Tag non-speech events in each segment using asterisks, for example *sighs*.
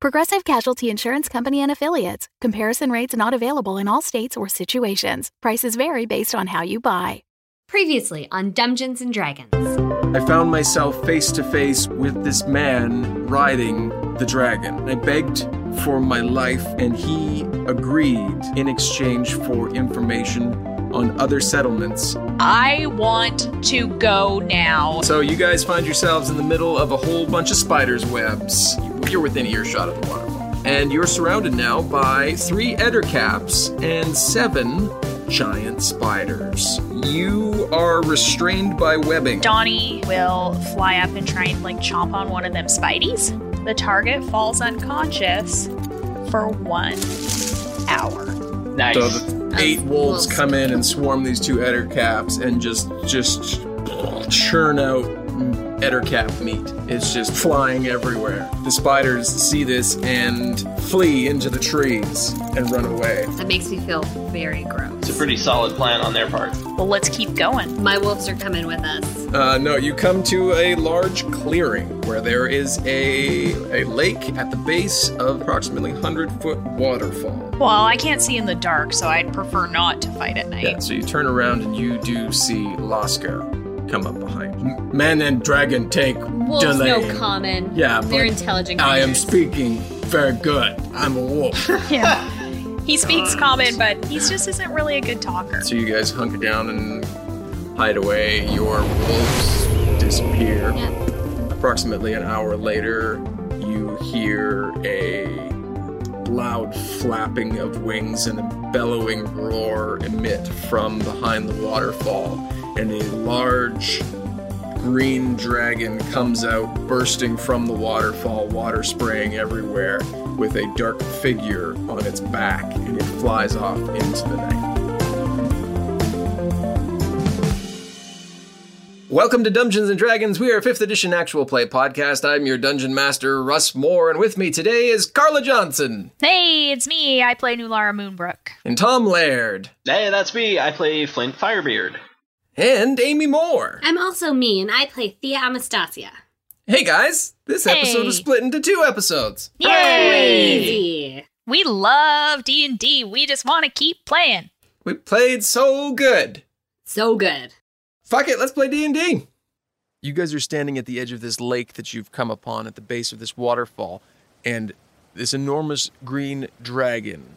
Progressive Casualty Insurance Company and Affiliates. Comparison rates not available in all states or situations. Prices vary based on how you buy. Previously on Dungeons and Dragons. I found myself face to face with this man riding the dragon. I begged for my life, and he agreed in exchange for information on other settlements. I want to go now. So, you guys find yourselves in the middle of a whole bunch of spiders' webs. You're within earshot of the waterfall. And you're surrounded now by three Eder caps and seven giant spiders. You are restrained by webbing. Donnie will fly up and try and like chomp on one of them spideys. The target falls unconscious for one hour. Nice. So the eight Nice. wolves come in and swarm these two Eder caps and just just churn out Eder cap meat. It's just flying everywhere. The spiders see this and flee into the trees and run away. That makes me feel very gross. It's a pretty solid plan on their part. Well, let's keep going. My wolves are coming with us. Uh, no, you come to a large clearing where there is a a lake at the base of approximately hundred foot waterfall. Well, I can't see in the dark, so I'd prefer not to fight at night. Yeah, so you turn around and you do see Lasco come up behind. M- Man and dragon take Wolves delay. no common. Yeah, they're but intelligent. I am creatures. speaking very good. I'm a wolf. Yeah. He speaks common, but he just isn't really a good talker. so you guys hunker down and hide away. Your wolves disappear. Yeah. Approximately an hour later, you hear a loud flapping of wings and a bellowing roar emit from behind the waterfall, and a large green dragon comes out bursting from the waterfall, water spraying everywhere, with a dark figure on its back, and it flies off into the night. Welcome to Dungeons and Dragons. We are a 5th edition actual play podcast. I'm your dungeon master, Russ Moore, and with me today is Carla Johnson Hey, it's me. I play New Lara Moonbrook. and Tom Laird Hey, that's me. I play Flint Firebeard. and Amy Moore. I'm also me, and I play Thea Amastasia. Hey guys, this episode is Hey. split into two episodes. Yay! Crazy. We love D&D. We just want to keep playing. We played so good. So good. Fuck it, let's play D&D. You guys are standing at the edge of this lake that you've come upon at the base of this waterfall and this enormous green dragon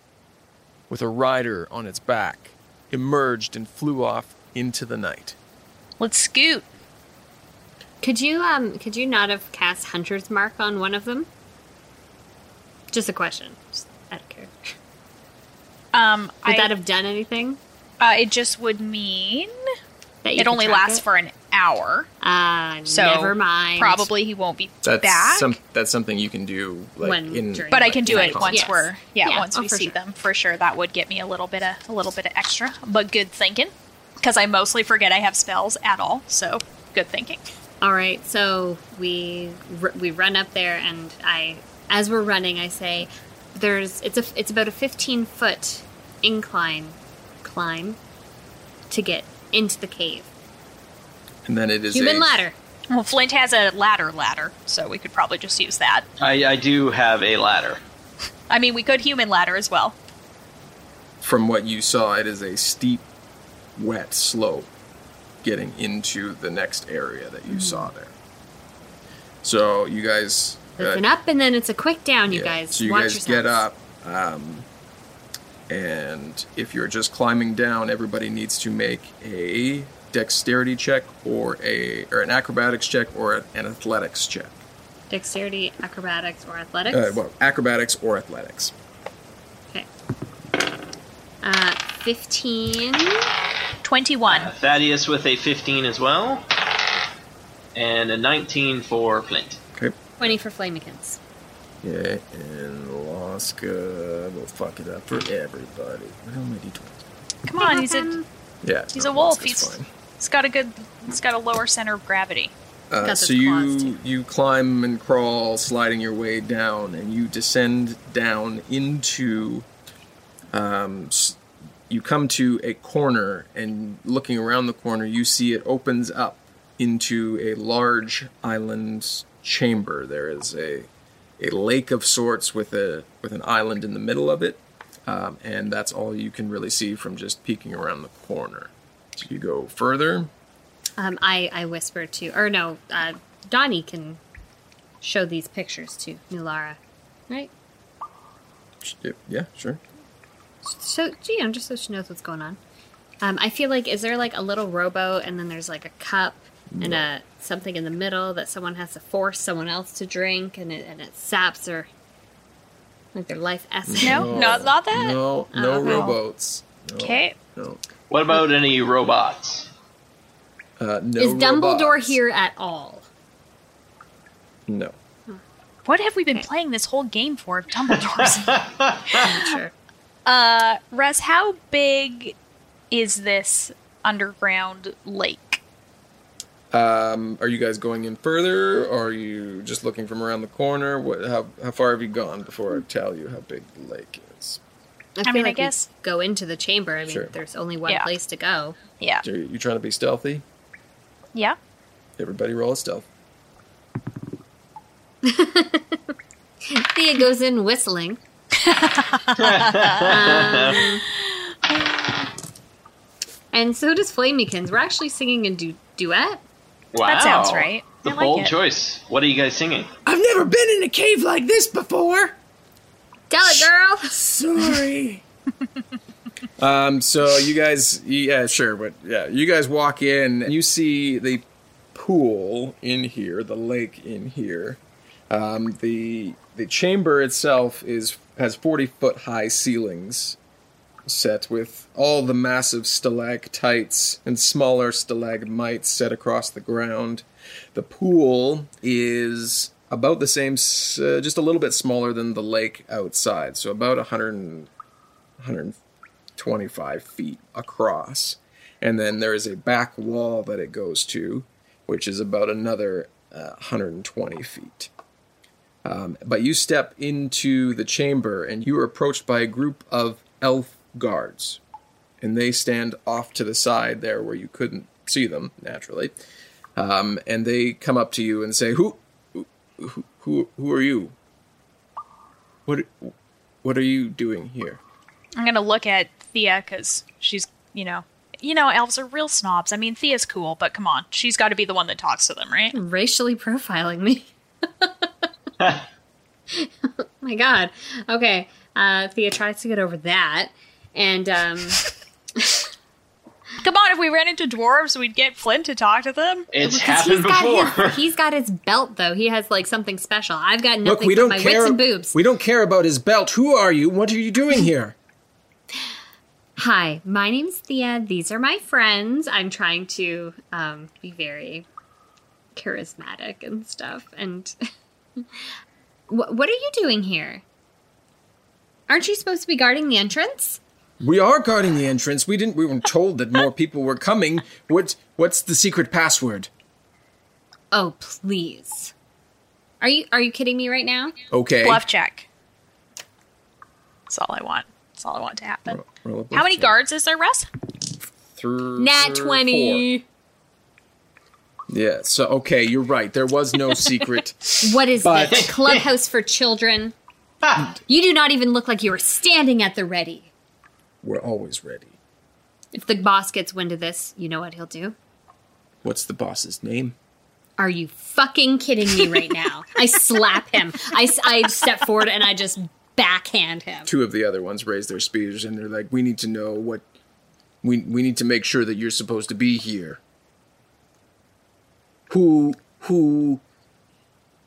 with a rider on its back emerged and flew off into the night. Let's scoot. Could you um could you not have cast Hunter's Mark on one of them? Just a question. Just out of care. Um, Would I, that have done anything? uh, it just would mean That you it could only track lasts it? for an hour. Ah, So never mind. Probably he won't be back, that's something you can do like, When in- during- but I can do in it that once context. we're yeah, Yeah, once oh, we for see sure. them for sure. That would get me a little bit of a little bit of extra, but good thinking because I mostly forget I have spells at all. So good thinking. All right, so we r- we run up there, and I, as we're running, I say, "There's it's a it's about a fifteen foot incline climb to get into the cave. And then it is Human a- ladder. Well, Flint has a ladder ladder, so we could probably just use that. I, I do have a ladder. I mean, we could human ladder as well. from what you saw, it is a steep, wet slope getting into the next area Mm-hmm. that you saw there. So you guys, It's uh, an up, and then it's a quick down. You yeah, guys, so you watch yourselves. guys get up, um, and if you're just climbing down, everybody needs to make a dexterity check or a or an acrobatics check or an athletics check. Dexterity, acrobatics, or athletics. Uh, well, acrobatics or athletics. Okay. Uh, fifteen. Twenty-one. Thaddeus with a 15 as well, and a 19 for Flint. Okay. 20 for Flamikins. Yeah, and sounds good. We'll fuck it up for everybody. Where are my d20s? Come on, he's a Yeah. he's a no, wolf. that's- that's He's fine. he's got a good he's got a lower center of gravity. Uh, Got so those claws, you too. you climb and crawl, sliding your way down, and you descend down into. Um, s- you come to a corner, and looking around the corner, you see it opens up into a large island chamber. There is a a lake of sorts with a with an island in the middle of it, um, and that's all you can really see from just peeking around the corner. So you go further. Um, I, I whisper to, or no, uh, Donnie can show these pictures to Nulara, right? Yeah, sure. So, you know, just so she knows what's going on. Um, I feel like, is there like a little rowboat and then there's like a cup and a something in the middle that someone has to force someone else to drink and it, and it saps their, like their life essence? No, not not that. No, no Oh. rowboats. No, Okay. No. What about any robots? Uh, no Is Dumbledore robots. here at all? No. What have we been playing this whole game for? if Dumbledore's. I'm sure. uh, Russ, how big is this underground lake? Um, are you guys going in further? Or are you just looking from around the corner? What? How, how far have you gone before I tell you how big the lake is? I feel mean, I like we guess- go into the chamber. I mean, Sure. there's only one Yeah. place to go. Yeah. So you trying to be stealthy? Yeah. Everybody roll a stealth. Thea goes in whistling. Um, and so does Flamekins. We're actually singing a du- duet. Wow. That sounds right. The I like bold it. choice. What are you guys singing? I've never been in a cave like this before. Tell it, girl. Sorry. *laughs* Um, so you guys, yeah, sure, but yeah, you guys walk in and you see the pool in here, the lake in here. Um, the the chamber itself is has forty foot high ceilings, set with all the massive stalactites and smaller stalagmites set across the ground. The pool is about the same, s- uh, just a little bit smaller than the lake outside, so about 100 and 125 feet across. And then there is a back wall that it goes to, which is about another uh, 120 feet. Um, but you step into the chamber and you are approached by a group of elf guards. And they stand off to the side there where you couldn't see them, naturally. Um, and they come up to you and say, Who, who, who, who are you? What, what are you doing here? I'm gonna look at Thea because she's, you know, you know, elves are real snobs. I mean, Thea's cool, but come on, she's got to be the one that talks to them, Hmm. right? Racially profiling me. *laughs* My God. Okay. Uh, Thea tries to get over that. And um, Come on, if we ran into dwarves, we'd get Flynn to talk to them. It's Because happened before. *laughs* Got his, he's got his belt though. He has like something special. I've got nothing. Look, we but don't my care. wits and boobs. We don't care about his belt. Who are you? What are you doing here? Hi, my name's Thea. These are my friends. I'm trying to um, be very charismatic and stuff. And *laughs* what, what are you doing here? Aren't you supposed to be guarding the entrance? We are guarding the entrance. We didn't. We were told that more people were coming. What? What's the secret password? Oh, please. Are you are you kidding me right now? Okay. Bluff check. That's all I want. That's all I want to happen. Roll a bluff How many check. guards is there, Russ? Through Nat four. twenty. Yeah. So okay, you're right. There was no secret. What is But- this? Clubhouse for children. you do not even look like you were standing at the ready. We're always ready. If the boss gets wind of this, you know what he'll do. What's the boss's name? Are you fucking kidding me right now? I slap him. I, s- I step forward and I just backhand him. Two of the other ones raise their spears and they're like, "We need to know what. We we need to make sure that you're supposed to be here. Who who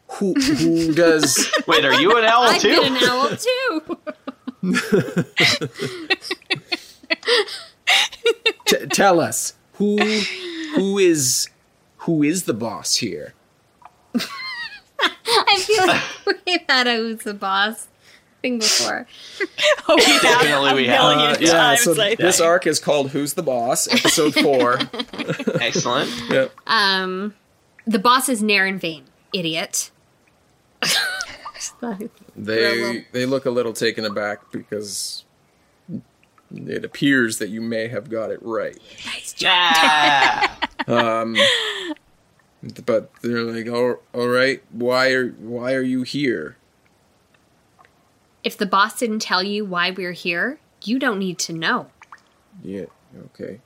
who who does? Wait, are you an owl I've been an too? owl too. *laughs* T- tell us who who is who is the boss here? I feel like we found out who's the boss. thing before. Oh, we have Apparently we a have. million Uh, yeah, times. so I this think. arc is called "Who's the Boss?" Episode four. Excellent. yeah. Um, the boss is Naren Vane, idiot. They they look a little taken aback because it appears that you may have got it right. Yeah. But they're like, "All, all right, why are why are you here?" if the boss didn't tell you why we're here, you don't need to know. Yeah, okay.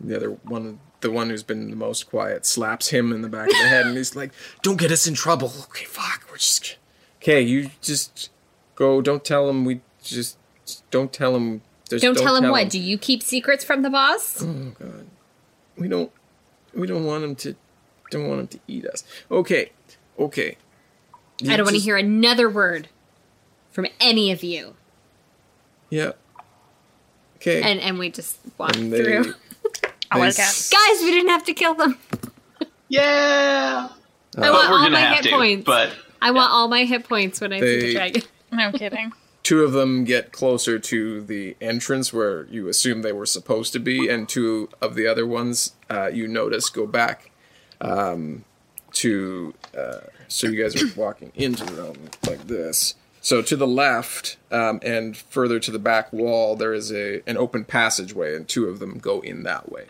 The other one, the one who's been the most quiet, slaps him in the back of the head, and he's like, "Don't get us in trouble." Okay, fuck. We're just okay. You just go. Don't tell him. We just just don't tell him. Just Don't, tell him Mm, what. Do you keep secrets from the boss? Oh god, we don't. We don't want him to. Don't want him to eat us. Okay, okay. I don't want to Just- hear another word from any of you. Yeah. Okay. And and we just walk And through. *laughs* Oh I wanna they s- Guys, we didn't have to kill them. yeah. I But want we're all gonna my have hit to. points. But I want all my hit points when I see They- the dragon. No kidding. two of them get closer to the entrance where you assume they were supposed to be, and two of the other ones uh, you notice go back um, to. Uh, so you guys are walking into the room like this. So to the left um, and further to the back wall, there is a an open passageway, and two of them go in that way.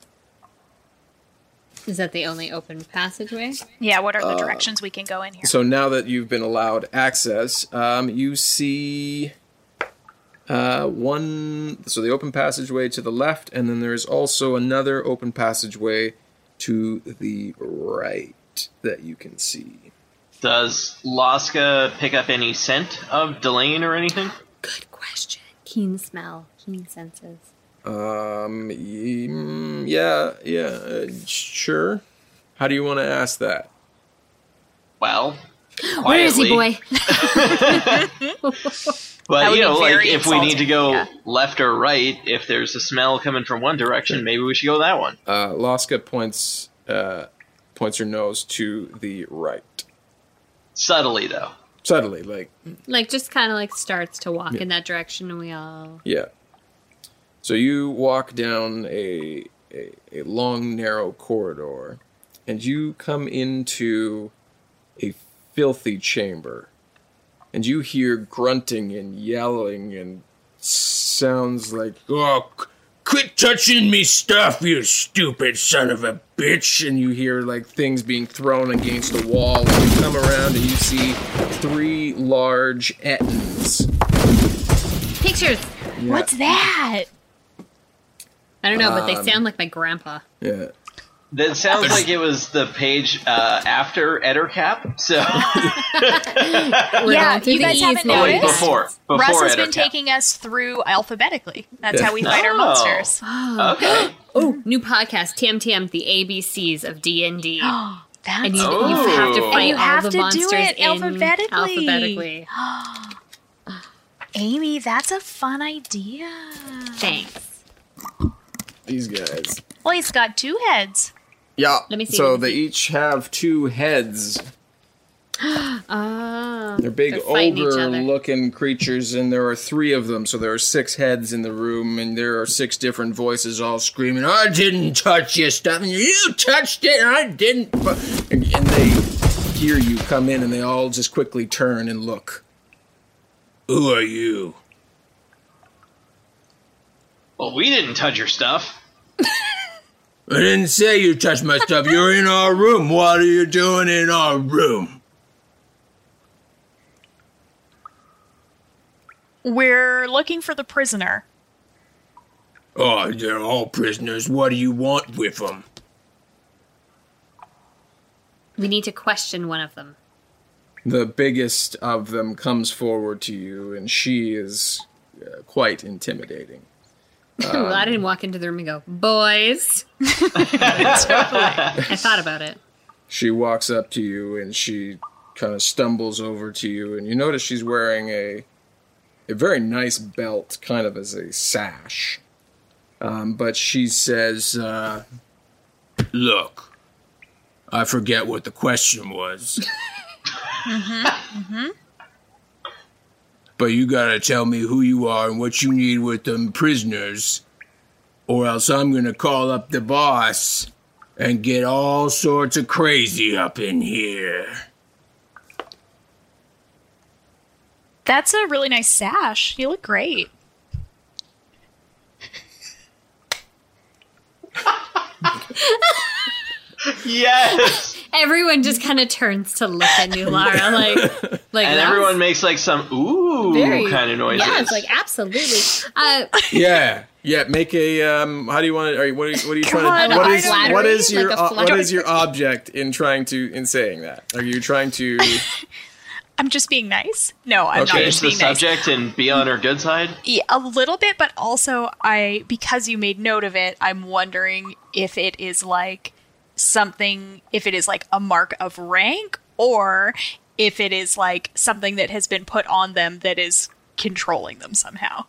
*laughs* Is that the only open passageway? Yeah, what are the directions we can go in here? So now that you've been allowed access, um, you see uh, one. So the open passageway to the left, and then there's also another open passageway to the right that you can see. does Laska pick up any scent of Delane or anything? Good question. Keen smell, keen senses. Um, y- mm, yeah, yeah, uh, sure. How do you want to ask that? Well, Where is he, quietly. boy? That But would be you know, like very if we need to insulting, go yeah. left or right, if there's a smell coming from one direction, maybe we should go that one. Uh, Laska points uh, points her nose to the right. Subtly though. Suddenly, like *laughs* like just kind of like starts to walk in that direction, and we all Yeah. So you walk down a, a a long narrow corridor, and you come into a filthy chamber, and you hear grunting and yelling and sounds like oh. c- Quit touching me stuff, you stupid son of a bitch! And you hear like things being thrown against the wall. And you come around and you see three large ettins. pictures. Yeah. What's that? I don't know, but they sound like my grandpa. Yeah. That sounds like it was the page uh, after Ettercap. *laughs* So *laughs* We're Yeah, going through you the guys E's haven't oh, now. wait, Notice? before before Russ has been Ettercap. taking us through alphabetically. That's Yeah. how we fight our Oh. monsters. *gasps* Okay. Oh, new podcast, TMTM, the ABCs of D and *gasps* D. That's And you, Oh. you have to And fight you all have the to do monsters it in alphabetically. Alphabetically. Amy, that's a fun idea. Thanks. These guys. Well, he's got two heads. Yeah. Let me see, So let me they each have *gasps* two heads. Oh, They're big fighting each other. ogre-looking creatures, and there are three of them. So there are six heads in the room, and there are six different voices all screaming, "I didn't touch your stuff, and you touched it, and I didn't." fu-" And, and they hear you come in, and they all just quickly turn and look. Who are you? Well, we didn't touch your stuff. I didn't say you touched my stuff. You're in our room. What are you doing in our room? We're looking for the prisoner. Oh, they're all prisoners. What do you want with them? We need to question one of them. The biggest of them comes forward to you, and she is uh, quite intimidating. well, I Um, didn't walk into the room and go, boys. *laughs* I thought about it. She walks up to you, and she kind of stumbles over to you, and you notice she's wearing a a very nice belt, kind of as a sash. Um, but she says, uh, "Look, I forget what the question was." but you gotta tell me who you are and what you need with them prisoners, or else I'm gonna call up the boss and get all sorts of crazy up in here. That's a really nice sash. You look great. *laughs* Yes. Everyone just kind of turns to look at New Lara, like, like And "That's everyone makes like some ooh very- kind of noises. Yeah, it's like absolutely. Uh, Yeah, yeah. Make a. Um, how do you want to? Are you, what are you, what are you trying to? God, What I is don't- what is your Like a o- what flattery? is your object in trying to in saying that? Are you trying to? I'm just being nice. No, I'm not Okay. change just the being nice. subject and be on her good side. Yeah, a little bit, but also I because you made note of it, I'm wondering if it is like something if it is like a mark of rank or if it is like something that has been put on them that is controlling them somehow.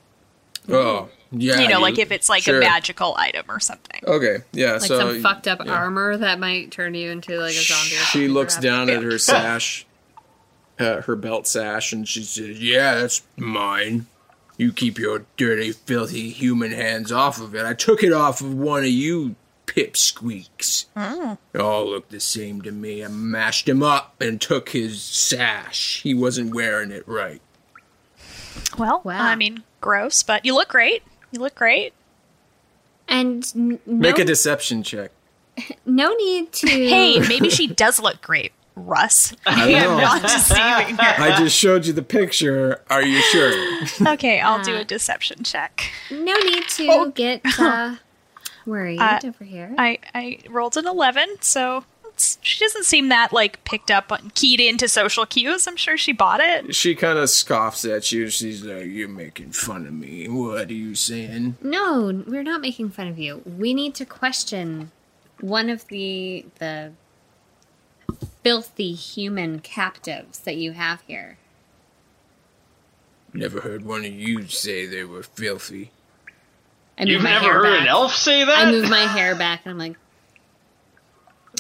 Oh, Yeah, you know, like if it's like sure. a magical item or something. okay, yeah. like so some fucked up armor that might turn you into like a zombie. or she something looks crap. down at her sash, uh, her belt sash, and She she's says, Yeah, that's mine. You keep your dirty, filthy human hands off of it. I took it off of one of you pipsqueaks. They all look the same to me. I mashed him up and took his sash. He wasn't wearing it right. Well, Wow. I mean, gross, but you look great. You look great. and n- no, make a deception check. no need to. Hey, maybe she does look great, Russ. *laughs* I know. am not deceiving her. I just showed you the picture. Are you sure? *laughs* Okay, I'll do a deception check. no need to Oh. *laughs* get uh, worried Uh, over here. I I rolled an eleven, so it's, she doesn't seem that like picked up on keyed into social cues. I'm sure she bought it. She kind of scoffs at you. She's like, You're making fun of me. What are you saying? no, we're not making fun of you. We need to question one of the the filthy human captives that you have here. Never heard one of you say they were filthy. I move You've my never hair heard back. an elf say that? I move my hair back and I'm like,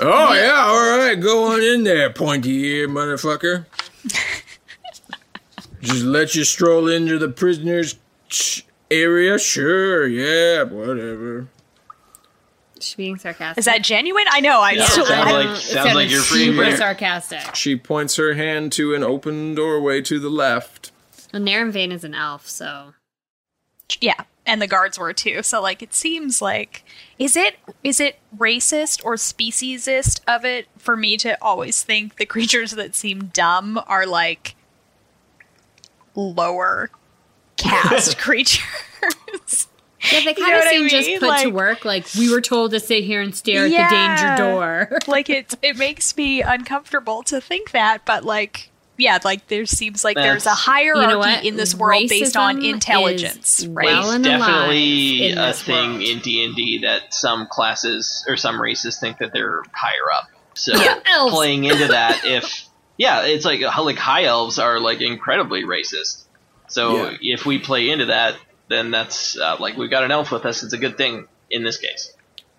Oh, yeah, all right, go on in there, pointy ear motherfucker. Just let you stroll into the prisoner's ch- area? Sure, yeah, whatever. she's being sarcastic. Is that genuine? I know. I Yeah. still Sounds I like- don't- it sounds sounded like you're free super here. sarcastic. She points her hand to an open doorway to the left. Well, Naren Vane is an elf, so yeah. And the guards were too. So like it seems like is it is it racist or speciesist of it for me to always think the creatures that seem dumb are like *laughs* lower caste creatures. yeah, they kind know of what I seem just mean? put to Like- work. Like we were told to sit here and stare at Yeah. the danger door. *laughs* like it it makes me uncomfortable to think that but like yeah like there seems like there's a That's- hierarchy You know what? in this world based on Racism is intelligence right well and alive Definitely in a this thing world. in D and D that some classes or some races think that they're higher up. So *laughs* Yeah, elves. *laughs* playing into that, if yeah, it's like uh, like high elves are like incredibly racist. So if we play into that, then that's uh, like we've got an elf with us. It's a good thing in this case.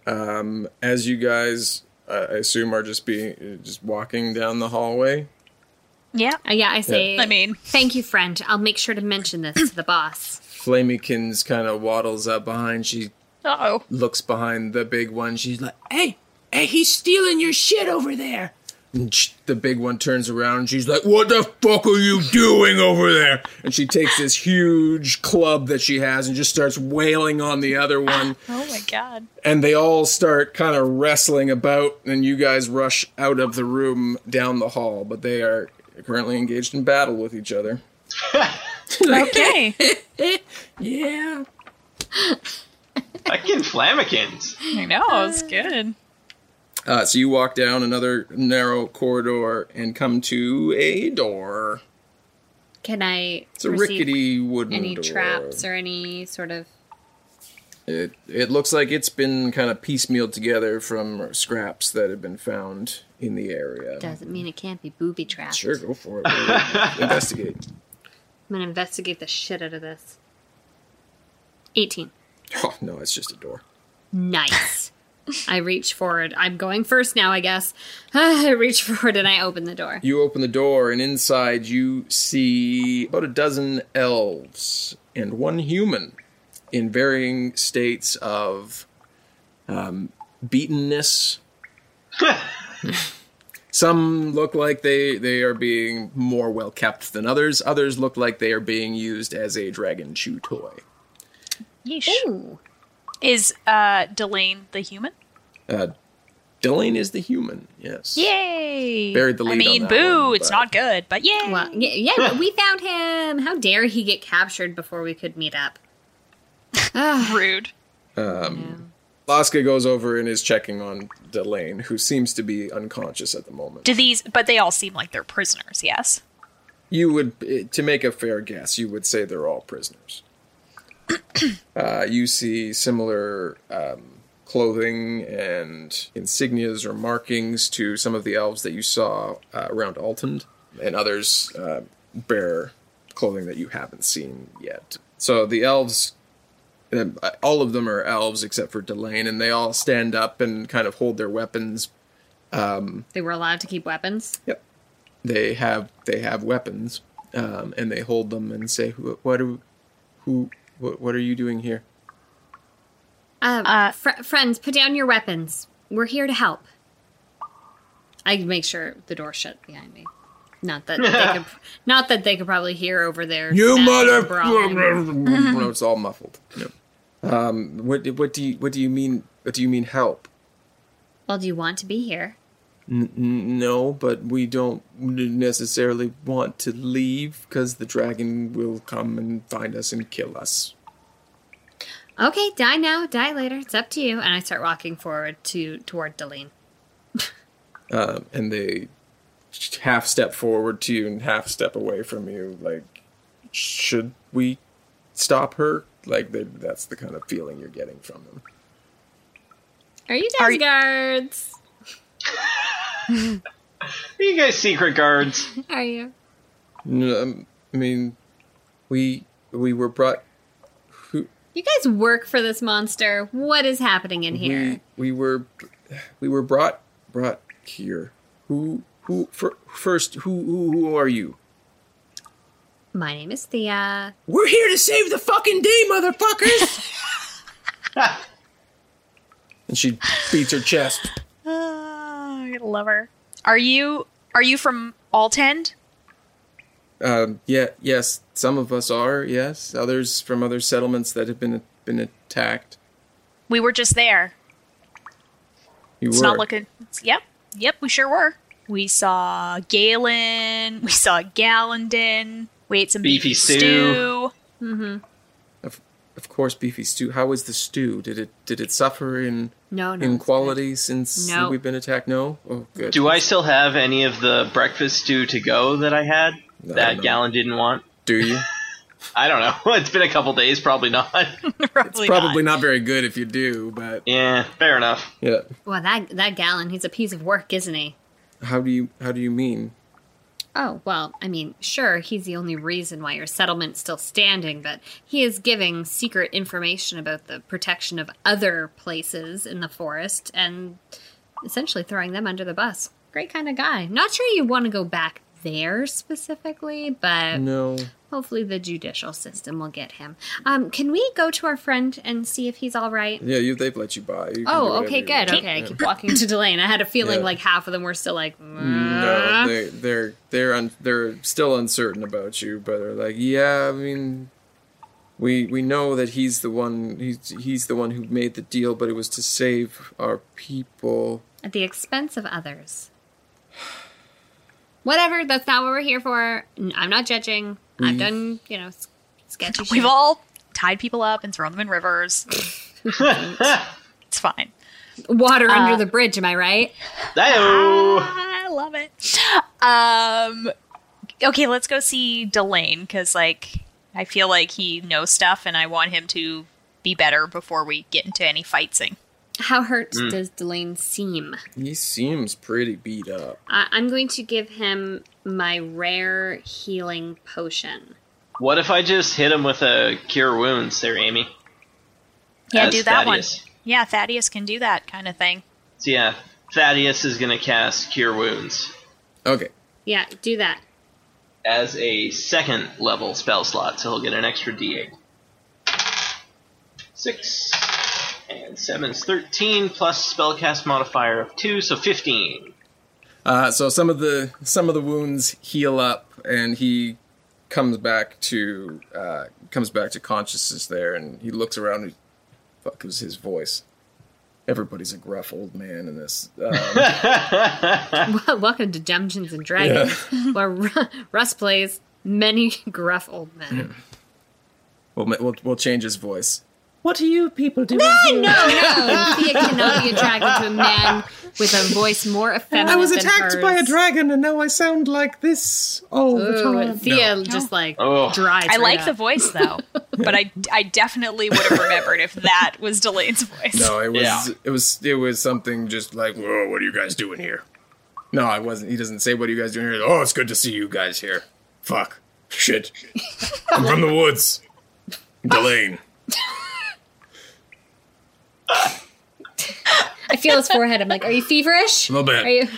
Um, as you guys, uh, I assume, are just being just walking down the hallway. yeah Uh, yeah, I say. i mean thank you, friend. I'll make sure to mention this to the boss. Flamykins kind of waddles up behind. She oh looks behind the big one. She's like, Hey, hey, he's stealing your shit over there. and sh- the big one turns around. And she's like, What the fuck are you doing over there? and she takes this huge club that she has and just starts wailing on the other one. oh my god and they all start kind of wrestling about and you guys rush out of the room down the hall but they are currently engaged in battle with each other okay Yeah. *laughs* Fucking flamikins. i know it's good uh, so you walk down another narrow corridor and come to a door Can I? it's a receive rickety wooden Any door traps or any sort of? it, it looks like it's been kind of piecemealed together from scraps that have been found in the area Doesn't mean it can't be booby trapped. sure go for it investigate I'm gonna investigate the shit out of this. Eighteen. oh no it's just a door Nice. *laughs* I reach forward. I'm going first now, I guess. *sighs* I reach forward and I open the door. You open the door, and inside you see about a dozen elves and one human in varying states of um, beatenness. Some look like they, they are being more well kept than others, others look like they are being used as a dragon chew toy. Yeesh. Ooh. Is uh, Delane the human? Uh, Delane is the human, yes. Yay! Buried the lead I on mean, that boo, one, it's but- not good, but yay! Well, y- yeah, but we found him. How dare he get captured before we could meet up? Rude. Laska goes over and is checking on Delane, who seems to be unconscious at the moment. Do these? But they all seem like they're prisoners. Yes. you would, eh, to make a fair guess, you would say they're all prisoners. uh, you see similar um, clothing and insignias or markings to some of the elves that you saw uh, around Altand, and others uh, bear clothing that you haven't seen yet. So the elves um, uh, all of them are elves except for Delane, and they all stand up and kind of hold their weapons. They were allowed to keep weapons. Yep, they have they have weapons, um, and they hold them and say, "Wh- "What are, who, what, what are you doing here?" Uh, fr- friends, put down your weapons. We're here to help. I make sure the door shut behind me. Not that they *laughs* could, not that they could probably hear over there. You mother. *laughs* no, it's all muffled. Yep. Um, what what do you what do you mean? What do you mean help? Well, do you want to be here? N- no, but we don't necessarily want to leave because the dragon will come and find us and kill us. Okay, die now, die later. It's up to you. And I start walking forward to toward Delene. um, and they half step forward to you and half step away from you. Like, should we stop her? Like, they- that's the kind of feeling you're getting from them. Are you guys Are you- guards? Are you guys secret guards? Are you? No, um, I mean, we we were brought. Who, You guys work for this monster. What is happening Mm-hmm. in here? we we were we were brought brought here. Who who fir- first? Who who who are you? My name is Thea. We're here to save the fucking day, motherfuckers! *laughs* And she beats her chest. Oh, Ah, I love her. Are you? Are you from Altend? Um, yeah, yes, some of us are, yes. Others from other settlements that have been been attacked. We were just there. You It's were. not looking. it's- yep. Yep. We sure were. We saw Galen. We saw Gallendon. We ate some Beefy beefy stew. stew. Of, of course, beefy stew. How was the stew? Did it did it suffer in No, no. in it's quality since No. we've been attacked? No. Oh, good. Do I still have any of the breakfast stew to go that I had that no. Gallon didn't want? Do you? *laughs* I don't know. *laughs* It's been a couple days, probably not. Probably, Probably not. not very good if you do, but yeah, fair enough. yeah. good. Well, that that gallon, he's a piece of work, isn't he? How do you how do you mean? Oh, well, I mean, sure, he's the only reason why your settlement's still standing, but he is giving secret information about the protection of other places in the forest and essentially throwing them under the bus. Great kind of guy. Not sure you want to go back there specifically, but No. hopefully the judicial system will get him. Um, can we go to our friend and see if he's all right? Yeah, you, they've let you by. You can do Oh, whatever okay, you good. want. Okay, I keep walking to Delane. I had a feeling Yeah. like half of them were still like, No, "Mm." they they're they're un, they're still uncertain about you, but they're like, yeah, I mean, we we know that he's the one he's he's the one who made the deal, but it was to save our people. at the expense of others. Whatever, that's not what we're here for. N- I'm not judging. I've done, you know, s- *laughs* sketchy shit. We've all tied people up and thrown them in *laughs* rivers. it's fine. water under the bridge, am I right? Ayo! I love it. Um, okay, let's go see Delane because, like, I feel like he knows stuff, and I want him to be better before we get into any fighting. How hurt does Delane seem? He seems pretty beat up. I- I'm going to give him my rare healing potion. What if I just hit him with a cure wounds there, Amy? Yeah, As do that Thaddeus. yeah, Thaddeus can do that kind of thing. So yeah, Thaddeus is gonna cast Cure Wounds Okay. Yeah, do *laughs* that. as a second level spell slot, so he'll get an extra D8. Six and seven is thirteen plus spellcast modifier of two, so fifteen. Uh, so some of the some of the wounds heal up, and he comes back to uh, comes back to consciousness there, and he looks around. And, fuck, it was his voice. Everybody's a gruff old man in this. Um, Welcome to Dungeons and Dragons, where Ru- Russ plays many *laughs* gruff old men. we'll, ma- we'll we'll change his voice. *laughs* Thea cannot be attracted to a man with a voice more effeminate. I was than attacked by a hers. dragon, and now I sound like this all the Ooh, time. Thea just like Oh. dries. I right like the up. voice *laughs* though, but I, I definitely would have remembered if that was Delane's voice. No, it was Yeah. it was it was something just like, "Whoa, what are you guys doing here?" No, I wasn't. He doesn't say, "What are you guys doing here?" Oh, it's good to see you guys here. Fuck, *laughs* shit. I'm from the woods. Delane. I feel his forehead. I'm like, are you feverish? A little bit. Are you?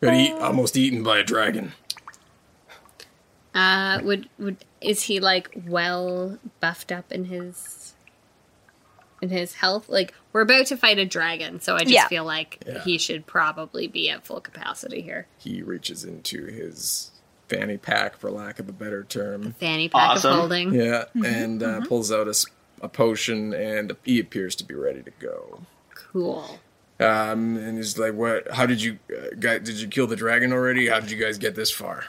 Got eat, almost eaten by a dragon. Uh, would would is he like well buffed up in his in his health? Like we're about to fight a dragon, so I just Yeah. feel like he should probably be at full capacity here. He reaches into his fanny pack, for lack of a better term. Fanny pack Awesome. of holding. Yeah, Mm-hmm. and uh, pulls out a, s- a potion, and he appears to be ready to go. Cool. Um, and he's like, "What? How did you, uh, guy, did you kill the dragon already? How did you guys get this far?"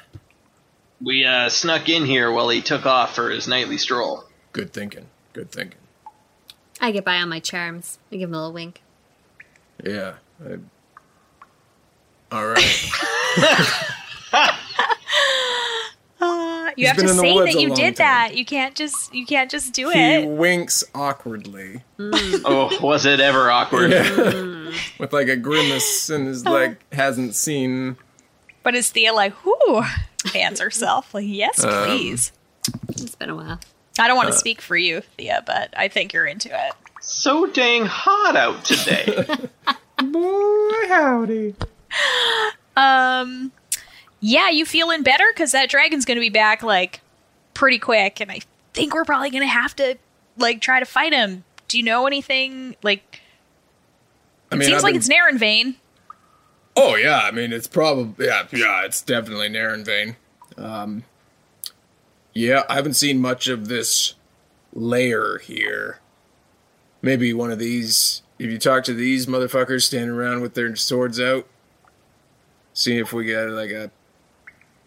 We uh, snuck in here while he took off for his nightly stroll. Good thinking. Good thinking. I get by on my charms. I give him a little wink. Yeah. I... All *laughs* right. Uh, you have been to in the say woods a that you long did time. that. You can't just you can't just do he it. winks awkwardly Oh, *laughs* was it ever awkward? with like a grimace and *laughs* is like hasn't seen. But is Thea like, whoo, fans herself? Like, yes, Um, please. It's been a while. I don't want uh, to speak for you, Thea, but I think you're into it. So dang hot out today. Um, yeah, you feeling better because that dragon's going to be back like pretty quick, and I think we're probably going to have to like try to fight him. Do you know anything? Like, I mean, seems I've like been- it's Naren Vane. Oh yeah, I mean it's probably yeah, yeah, it's definitely Naren Vane. Um, yeah, I haven't seen much of this layer here. Maybe one of these. If you talk to these motherfuckers standing around with their swords out, see if we get like a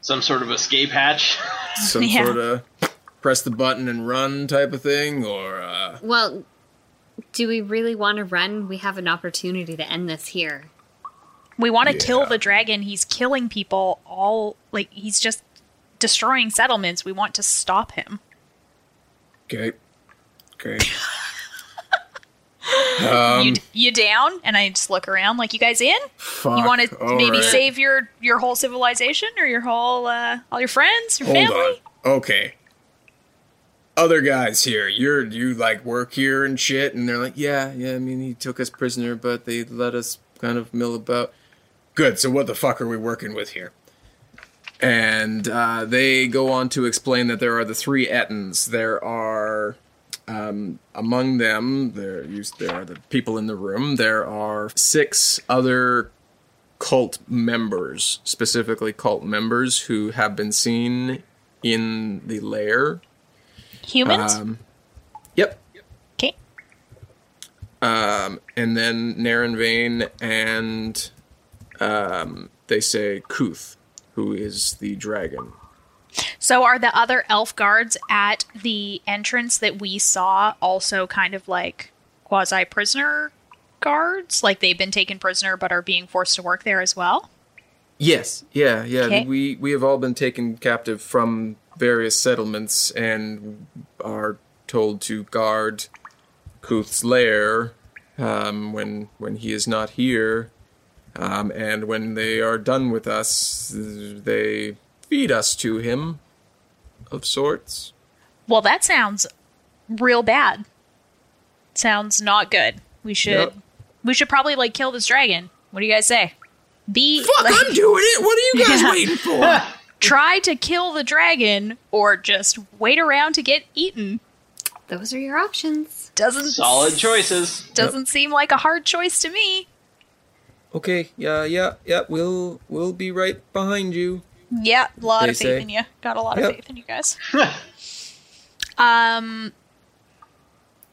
Some sort of escape hatch. some *laughs* Yeah. sort of press the button and run type of thing, or uh, Well, do we really want to run? We have an opportunity to end this here. We want to kill the dragon. He's killing people all like he's just destroying settlements. We want to stop him. okay, okay. Um, you, you down? And I just look around like you guys in? Fuck. You want to all maybe right. save your your whole civilization or your whole uh, all your friends, your Hold family? on. Okay. Other guys here, you're you like work here and shit, and they're like, yeah, yeah. I mean, he took us prisoner, but they let us kind of mill about. Good. So what the fuck are we working with here? And uh, they go on to explain that there are the three Ettons. There are um, among them there you, there are the people in the room. There are six other cult members, specifically cult members who have been seen in the lair. Humans? Um, yep. okay. Um, and then Naren Vane and um, they say Kuth, who is the dragon. So are the other elf guards at the entrance that we saw also kind of like quasi prisoner guards? Like they've been taken prisoner but are being forced to work there as well? Yes. Yeah. Yeah. Okay. We we have all been taken captive from various settlements and are told to guard Kuth's lair um, when when he is not here. Um, and when they are done with us, they feed us to him, of sorts. Well, that sounds real bad. sounds not good. We should Yep. we should probably like kill this dragon. What do you guys say? Be Fuck, like, I'm doing it. What are you *laughs* guys waiting for? try to kill the dragon or just wait around to get eaten. Those are your options. Doesn't Solid choices. doesn't seem like a hard choice to me. Okay, yeah, yeah, yeah. We'll we'll be right behind you. Yeah, a lot They of faith say. in you. Got a lot Yep. of faith in you guys. um,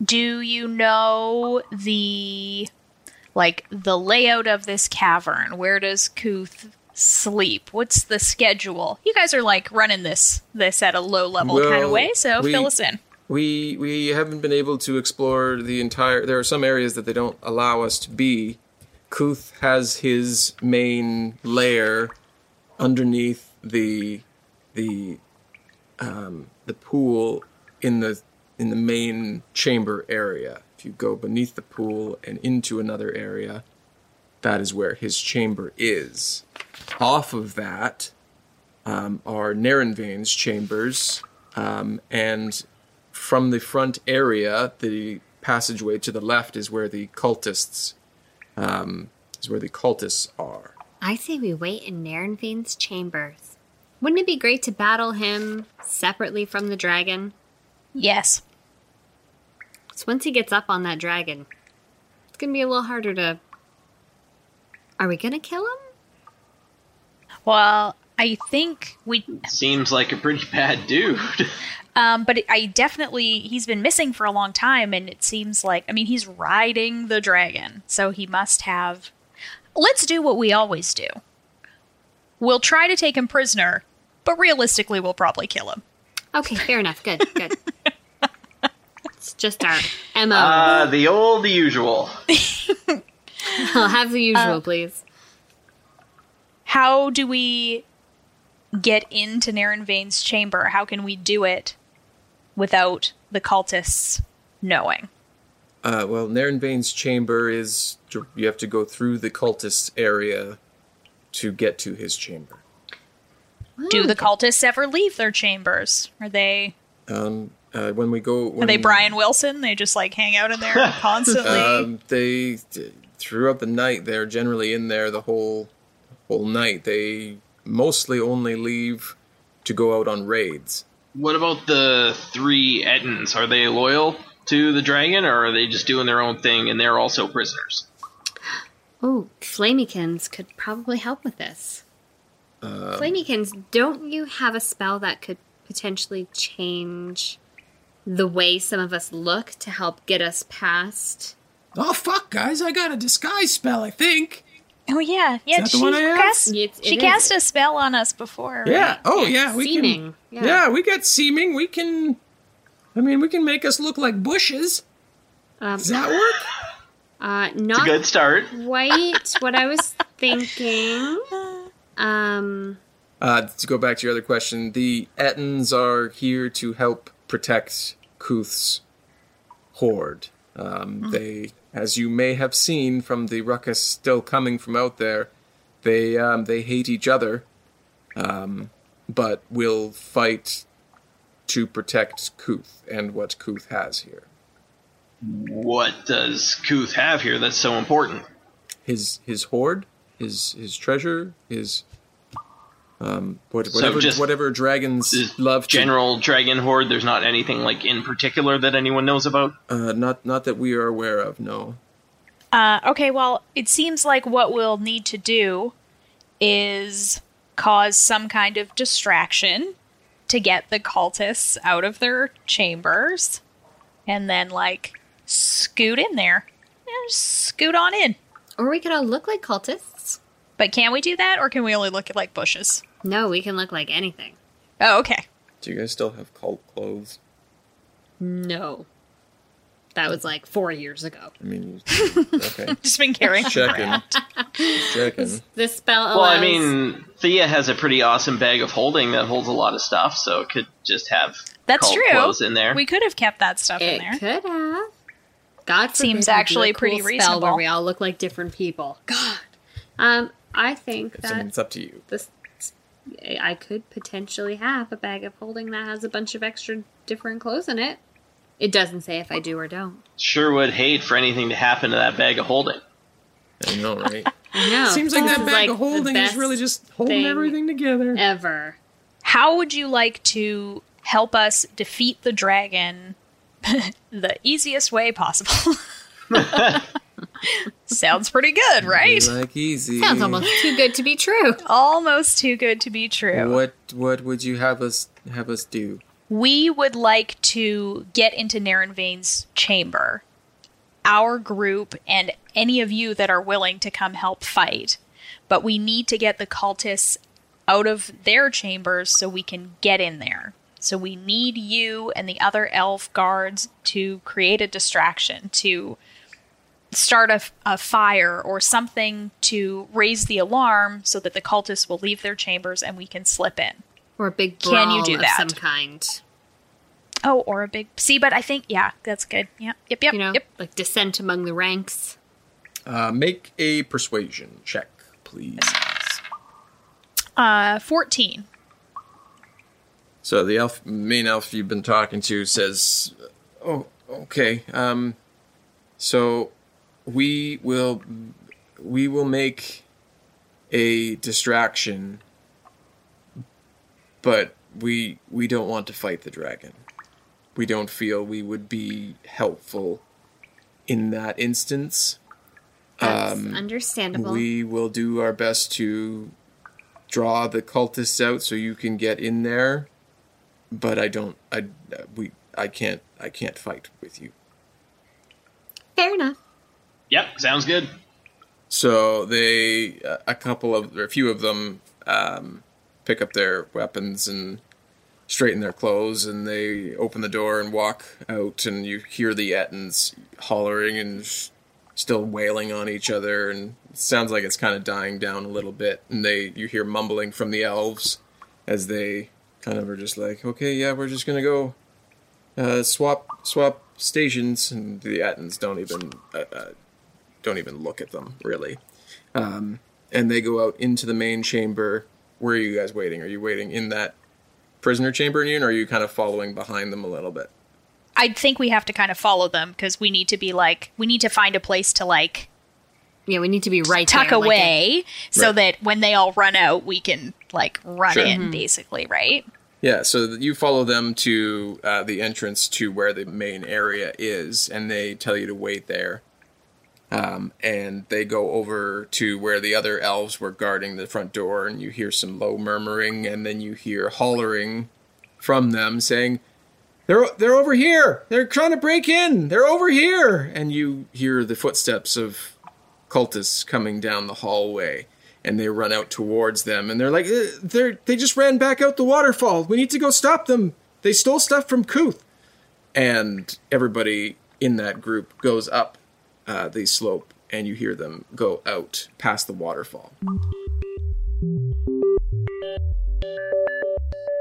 do you know the like the layout of this cavern? Where does Kuth sleep? What's the schedule? You guys are like running this this at a low level kind Well, of way, so we- fill us in. We we haven't been able to explore the entire. There are some areas that they don't allow us to be. Kuth has his main lair underneath the the um, the pool in the in the main chamber area. If you go beneath the pool and into another area, that is where his chamber is. Off of that um, are Narenvain's chambers, um, and from the front area, the passageway to the left is where the cultists um, is where the cultists are. I say we wait in Narenvain's chambers. Wouldn't it be great to battle him separately from the dragon? Yes. So once he gets up on that dragon, it's gonna be a little harder to. Are we gonna kill him? Well, I think we Seems like a pretty *laughs* bad dude. Um, but I definitely he's been missing for a long time, and it seems like I mean he's riding the dragon, so he must have. Let's do what we always do. We'll try to take him prisoner, but realistically, we'll probably kill him. Okay, fair enough. Good, good. it's just our mo. Uh, the old usual. *laughs* I'll have the usual, please. How do we get into Naren Vane's chamber? How can we do it without the cultists knowing? Uh, well, Narenvain's chamber is you have to go through the cultist area to get to his chamber. Do the cultists ever leave their chambers? Are they Um, uh, when we go, when, are they Brian Wilson? They just like hang out in there constantly. Um, they d- throughout the night they're generally in there the whole whole night. They mostly only leave to go out on raids. What about the three Ettins? Are they loyal to the dragon, or are they just doing their own thing and they're also prisoners? Oh, Flamykins could probably help with this. Um, Flamykins, don't you have a spell that could potentially change the way some of us look to help get us past? oh fuck, guys! I got a disguise spell. I think. Oh yeah, yeah. that the she one I asked? cast, It's- she it cast a spell on us before. Yeah. right? Oh yeah. We Seeming. Can, yeah. we got seeming. We can. I mean, we can make us look like bushes. Um, Does that *laughs* work? uh, It's not a good start. *laughs* quite what I was thinking. Um, Uh, to go back to your other question, the Ettins are here to help protect Kuth's horde. Um, Mm-hmm. They, as you may have seen from the ruckus still coming from out there, they um, they hate each other, um, but will fight to protect Kuth and what Kuth has here. What does Kuth have here that's so important? His his hoard, his his treasure, his um, what, whatever just- whatever dragons Is love to general dragon horde? There's not anything like in particular that anyone knows about. Uh, not not that we are aware of. No. Uh, okay. Well, it seems like what we'll need to do is cause some kind of distraction to get the cultists out of their chambers, and then like scoot in there, Yeah, just scoot on in. or we could all look like cultists. But can we do that, or can we only look at like bushes? No, we can look like anything. Oh, okay. *laughs* Do you guys still have cult clothes? No. That was like four years ago. I mean, *laughs* you- okay. Just been carrying. Checking. Just Checking. This spell allows. Well, I mean, Thea has a pretty awesome bag of holding that holds a lot of stuff, so it could just have That's cult true. clothes in there. We could have kept that stuff in there. it could have. God Seems forbid we do a actually cool pretty spell Where reasonable. we all look like different people. God. Um, I think I mean, that it's up to you. this I could potentially have a bag of holding that has a bunch of extra different clothes in it. It doesn't say if I do or don't. Sure would hate for anything to happen to that bag of holding. I know, *laughs* right? I know. Seems like This that is, bag like, of the holding is best really just holding thing everything together. ever. How would you like to help us defeat the dragon *laughs* the easiest way possible? *laughs* Sounds pretty good, right? Like easy. Sounds almost too good to be true. Almost too good to be true. What what would you have us have us do? We would like to get into Naren Vane's chamber. Our group and any of you that are willing to come help fight. But we need to get the cultists out of their chambers so we can get in there. So we need you and the other elf guards to create a distraction, to start a, f- a fire or something to raise the alarm so that the cultists will leave their chambers and we can slip in. Or a big Can you brawl do of that? some kind. Oh, or a big see, but I think yeah, that's good. Yeah, yep, yep, You know, yep. like dissent among the ranks. Uh, make a persuasion check, please. Uh, fourteen. So the elf, main elf you've been talking to says, "Oh, okay. Um, so we will we will make a distraction, but we we don't want to fight the dragon. We don't feel we would be helpful in that instance. That's understandable. Um, We will do our best to draw the cultists out so you can get in there. But I don't. I we. I can't. I can't fight with you. Fair enough. Yep, sounds good. So they, uh, a couple of, or a few of them, um, pick up their weapons and straighten their clothes, and they open the door and walk out, and you hear the Ettins hollering and s- still wailing on each other, and it sounds like it's kind of dying down a little bit, and they, you hear mumbling from the elves as they kind of are just like, okay, yeah, we're just gonna go uh, swap swap stations, and the Attens don't even uh, uh, don't even look at them really. Um, and they go out into the main chamber. Where are you guys waiting? Are you waiting in that prisoner chamber, Ian, or are you kind of following behind them a little bit? I think we have to kind of follow them because we need to be like we need to find a place to like Yeah, we need to be right tuck there, like away so Right. that when they all run out, we can like run Sure. Mm-hmm. in basically, right? Yeah, so th- you follow them to uh, the entrance to where the main area is, and they tell you to wait there. Um, and they go over to where the other elves were guarding the front door, and you hear some low murmuring, and then you hear hollering from them saying, "They're they're over here! They're trying to break in! They're over here!" And you hear the footsteps of cultists coming down the hallway and they run out towards them and they're like "Eh, they're they just ran back out the waterfall we need to go stop them they stole stuff from Kuth and everybody in that group goes up uh, the slope and you hear them go out past the waterfall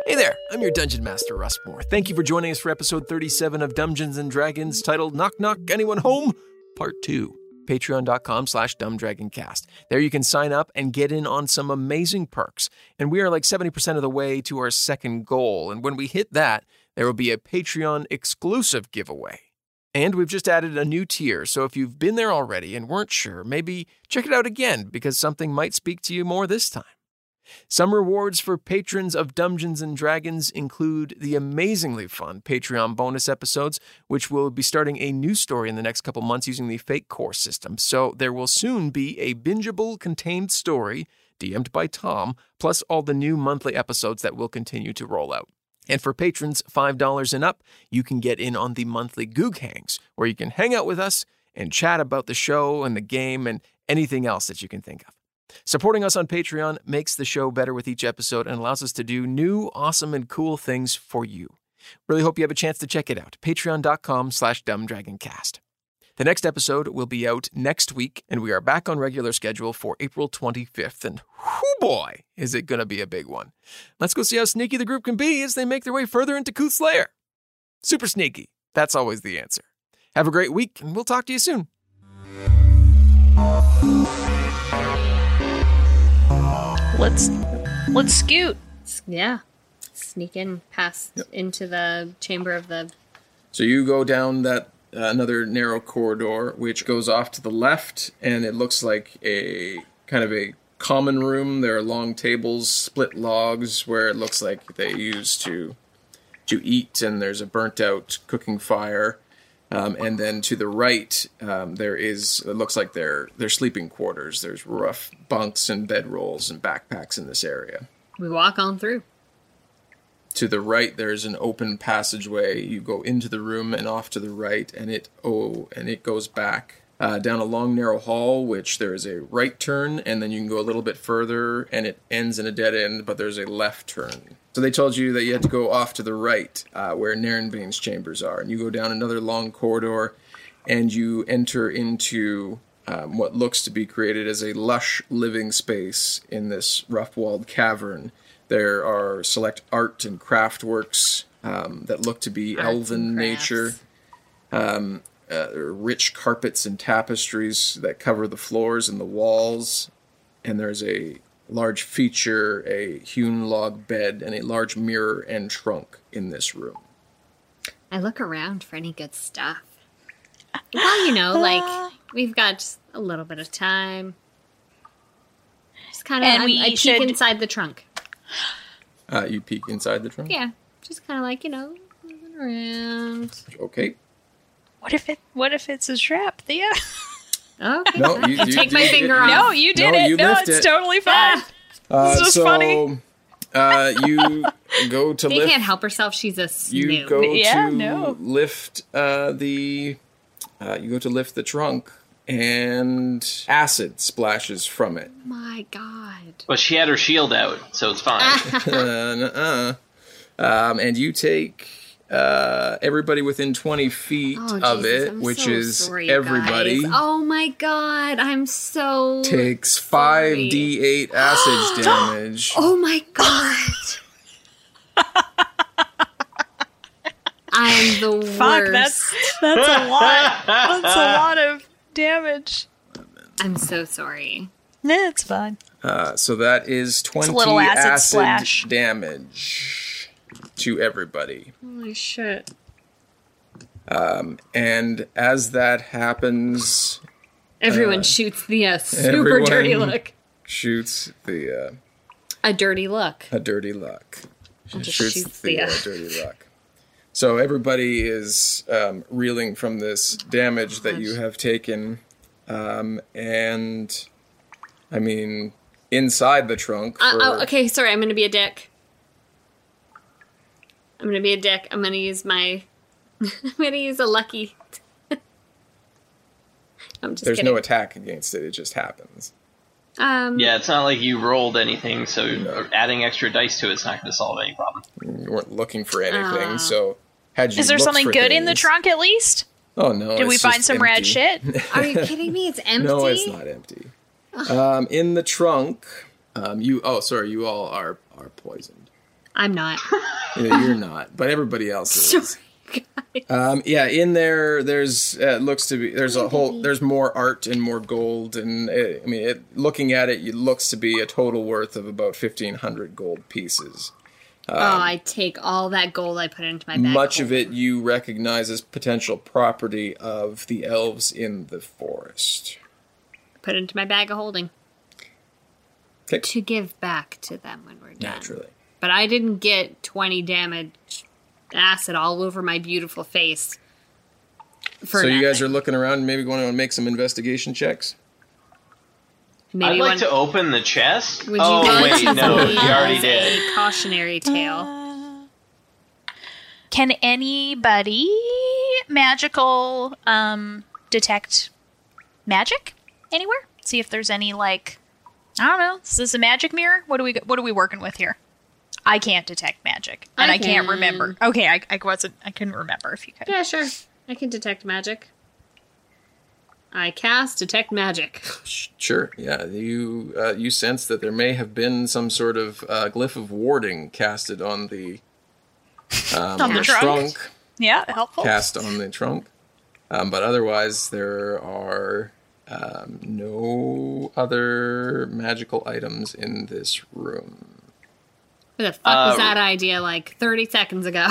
Hey there, I'm your Dungeon Master, Russ Moore. Thank you for joining us for episode 37 of Dungeons and Dragons titled Knock Knock Anyone Home? Part 2. Patreon.com slash dumbdragoncast. There you can sign up and get in on some amazing perks. And we are like 70% of the way to our second goal. And when we hit that, there will be a Patreon exclusive giveaway. And we've just added a new tier, so if you've been there already and weren't sure, maybe check it out again because something might speak to you more this time. Some rewards for patrons of Dungeons and Dragons include the amazingly fun Patreon bonus episodes, which will be starting a new story in the next couple months using the fake core system. So there will soon be a bingeable contained story DM'd by Tom, plus all the new monthly episodes that will continue to roll out. And for patrons $5 and up, you can get in on the monthly Goog Hangs, where you can hang out with us and chat about the show and the game and anything else that you can think of. Supporting us on Patreon makes the show better with each episode and allows us to do new, awesome, and cool things for you. Really hope you have a chance to check it out. Patreon.com slash dumbdragoncast. The next episode will be out next week, and we are back on regular schedule for April 25th. And whoo boy, is it going to be a big one. Let's go see how sneaky the group can be as they make their way further into Coots Lair. Super sneaky. That's always the answer. Have a great week, and we'll talk to you soon. Let's let's scoot. Yeah. Sneak in past into the chamber of the So you go down that uh, another narrow corridor, which goes off to the left, and it looks like a kind of a common room. There are long tables, split logs, where it looks like they used to to eat, and there's a burnt out cooking fire. Um, and then to the right, um, there is it looks like their their sleeping quarters. There's rough bunks and bedrolls and backpacks in this area. We walk on through. To the right, there's an open passageway. You go into the room and off to the right, and it oh, and it goes back uh, down a long narrow hall, which there is a right turn, and then you can go a little bit further, and it ends in a dead end, but there's a left turn. So they told you that you had to go off to the right, uh, where Narenbane's chambers are, and you go down another long corridor, and you enter into um, what looks to be created as a lush living space in this rough-walled cavern. There are select art and craft works um, that look to be Arts and elven crafts. nature uh, rich carpets and tapestries that cover the floors and the walls. And there's a large feature, a hewn log bed, and a large mirror and trunk in this room. I look around for any good stuff. Ah. Well, you know, like we've got just a little bit of time. Just kind And of, we I peek should- inside the trunk. Uh, you peek inside the trunk. Yeah, just kind of like you know, moving around. Okay. What if it? What if it's a trap, Thea? Okay, No, *laughs* you, I you take my did- finger off. no, you *laughs* did No, it. you no, lift it's it. Ah, totally fine. Uh, This is so, funny. uh, you go to They lift. can't help herself. She's a you snoop. go Yeah, to no. lift uh, the uh, you go to lift the trunk and acid splashes from it My God. But she had her shield out, so it's fine. uh, um, and you take uh, everybody within 20 feet Oh, of Jesus, it, I'm which so is sorry, guys. everybody Oh my God, I'm so. takes sorry. *gasps* 5d8 acid damage. Oh my God. I'm *laughs* the worst. Fuck, that's that's a lot. That's a *laughs* lot of damage. I'm so sorry. Nah, it's fine. Uh, so that is 20 little acid acid, splash. damage to everybody. Holy shit. And as that happens, Everyone shoots the uh, super everyone- dirty look. shoots the uh, A dirty look. Uh, a dirty luck. She just shoots, shoots the the, uh, uh, dirty luck. So everybody is um, reeling from this damage that you have taken, um, and I mean, inside the trunk. Uh, for- oh, okay, sorry. I'm gonna be a dick. I'm gonna be a dick. I'm gonna use my. *laughs* I'm gonna use a lucky. *laughs* I'm just There's kidding. no attack against it; it just happens. um, yeah, it's not like you rolled anything, so adding extra dice to it's not going to solve any problem. You weren't looking for anything, so had you? Ah. Is there looked something for good in the things- trunk at least? Oh no! Did it's we find just some rad empty. *laughs* shit? Are you kidding me? It's empty. No, it's not empty. um, in the trunk, um, you. Oh, sorry, you all are are poisoned. I'm *laughs* not. Yeah, you're not, but everybody else is. Sorry, guys. Um, yeah, in there, there's uh, looks to be there's a whole there's more art and more gold, and uh I mean, it, looking at it, it looks to be a total worth of about fifteen hundred gold pieces. oh, I take all that gold I put into my bag. Um, Much of it you recognize as potential property of the elves in the forest. Put into my bag of holding. 'Kay. To give back to them when we're done. Naturally, But I didn't get 20 damage acid all over my beautiful face. For so you guys are looking around, and maybe going to make some investigation checks. Maybe I'd like one- to open the chest. Would you oh, like wait, to no, see you already as did. A cautionary tale. Can anybody magical um detect magic anywhere? See if there's any like I don't know. Is this a magic mirror? What do we what are we working with here? I can't detect magic, and I I, can't can. remember. Okay, I, I wasn't. I couldn't remember if you could. Yeah, sure. I can detect magic. I cast detect magic. *laughs* Sure. Yeah, you uh, you sense that there may have been some sort of uh, glyph of warding casted on the um, On the trunk? Yeah, helpful. cast on the trunk, um, but otherwise there are um, no other magical items in this room. Where the fuck Uh, was that idea like 30 seconds ago?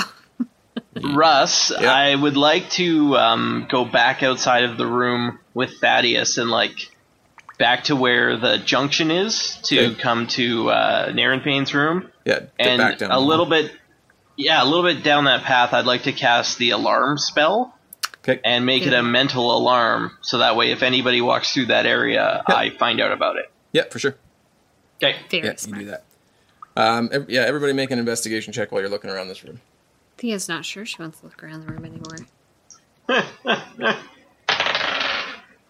*laughs* Russ, I would like to um, go back outside of the room with Thaddeus and like back to where the junction is to Okay. come to uh, Naren Payne's room. Yeah, d- and back down a the little bit, yeah, a little bit down that path. I'd like to cast the alarm spell Okay. and make it a mental alarm, so that way if anybody walks through that area, I find out about it. Yeah, for sure. Okay. Very Yeah, you smart. do that. Um, ev- yeah, everybody make an investigation check while you're looking around this room. Thea's not sure she wants to look around the room anymore.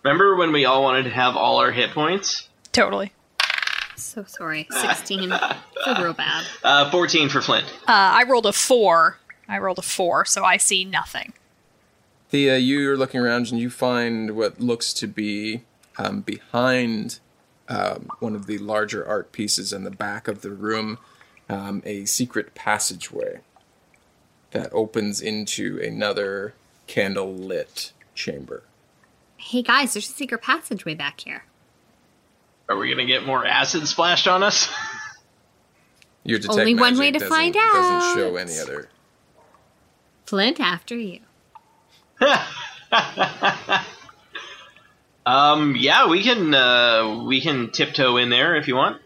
Remember when we all wanted to have all our hit points? Totally. So sorry. 16. Feel real bad. Uh, Fourteen for Flint. Uh, I rolled a four. I rolled a four, so I see nothing. Thea, you're looking around and you find what looks to be um, behind um, one of the larger art pieces in the back of the room um, a secret passageway that opens into another candle lit chamber. Hey guys, there's a secret passageway back here. Are we gonna get more acid splashed on us? *laughs* Your detect Only one magic way to doesn't- find Doesn't show out. any other. Flint after you. um, yeah, we can uh, we can tiptoe in there if you want.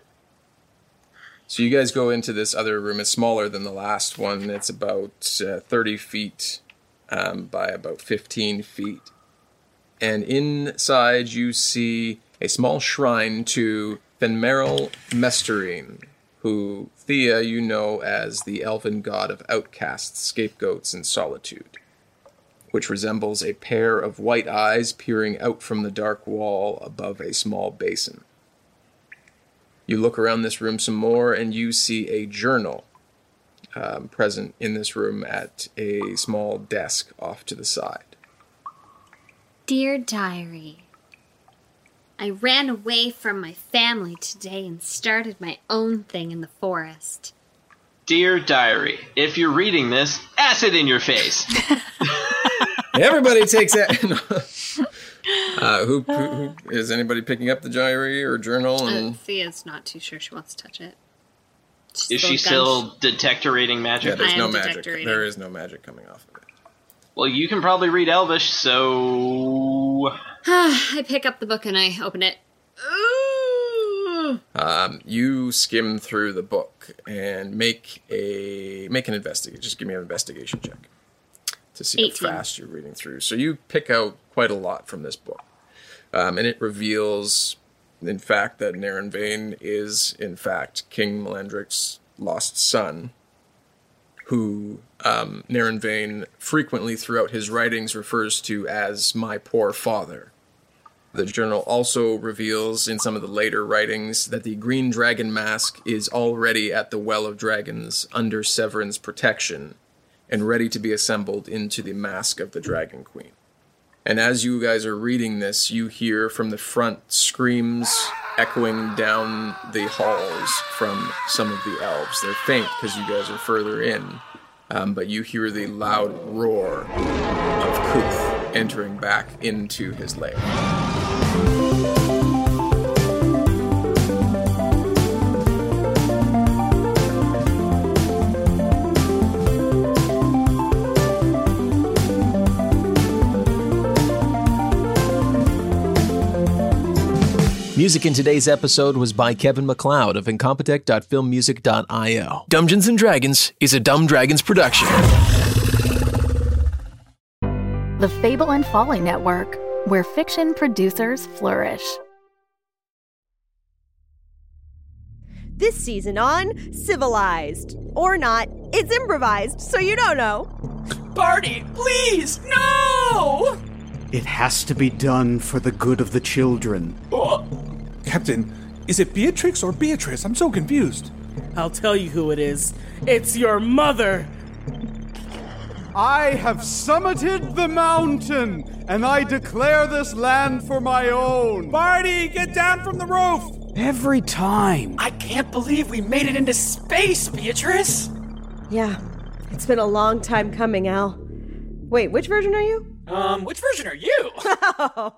So you guys go into this other room. It's smaller than the last one. It's about uh, 30 feet um, by about 15 feet. And inside you see a small shrine to Fenmeril Mesterine, who Thea you know as the elven god of outcasts, scapegoats, and solitude, which resembles a pair of white eyes peering out from the dark wall above a small basin. You look around this room some more, and you see a journal um, present in this room at a small desk off to the side. Dear diary, I ran away from my family today and started my own thing in the forest. Dear diary, if you're reading this, acid in your face. Everybody takes that. *laughs* uh, who, who, who is anybody picking up the diary or journal? Hmm. Uh, And Thea's not too sure she wants to touch it. She's Is she gun- still detectorating yeah, magic? there's I no am magic. detectorating. There is no magic coming off of it. Well, you can probably read Elvish, so I pick up the book and I open it. Ooh! Um, you skim through the book and make a make an investigation. Just give me an investigation check to see 18. how fast you're reading through. So you pick out quite a lot from this book, um, and it reveals, in fact, that Naren Vane is in fact King Melandric's lost son, who um, Naren Vane frequently throughout his writings refers to as my poor father. The journal also reveals in some of the later writings that the green dragon mask is already at the Well of Dragons under Severin's protection and ready to be assembled into the mask of the Dragon Queen. And as you guys are reading this, you hear from the front screams echoing down the halls from some of the elves. They're faint because you guys are further in, um, but you hear the loud roar of Kuth entering back into his lair. Music in today's episode was by Kevin McLeod of incompetech.filmmusic.io. Dungeons and Dragons is a Dumb Dragons production. The Fable and Folly Network, where fiction producers flourish. This season on Civilized. Or not, it's improvised, so you don't know. Party, please, no! It has to be done for the good of the children. Oh, Captain, is it Beatrix or Beatrice? I'm so confused. I'll tell you who it is. It's your mother. I have summited the mountain, and I declare this land for my own. Barty, get down from the roof! Every time. I can't believe we made it into space, Beatrice. Yeah, it's been a long time coming, Al. Wait, which version are you? Um, which version are *laughs* you? Oh.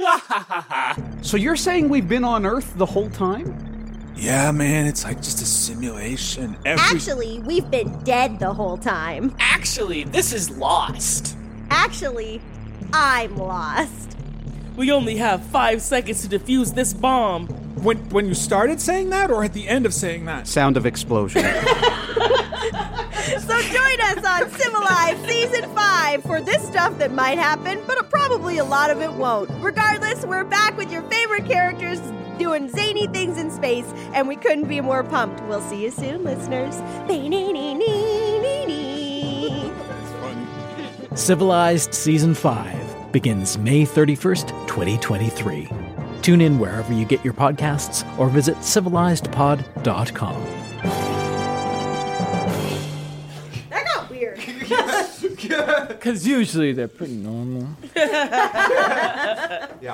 *laughs* So you're saying we've been on Earth the whole time? Yeah, man, it's like just a simulation. Every- Actually, we've been dead the whole time. Actually, this is lost. Actually, I'm lost. We only have five seconds to defuse this bomb. When when you started saying that, or at the end of saying that? Sound of explosion. *laughs* So join us on Civilized Season 5 for this stuff that might happen, but probably a lot of it won't. Regardless, we're back with your favorite characters doing zany things in space, and we couldn't be more pumped. We'll see you soon, listeners. Civilized Season 5 begins May 31st, 2023. Tune in wherever you get your podcasts or visit civilizedpod.com. That got weird. Because usually they're pretty normal. yeah.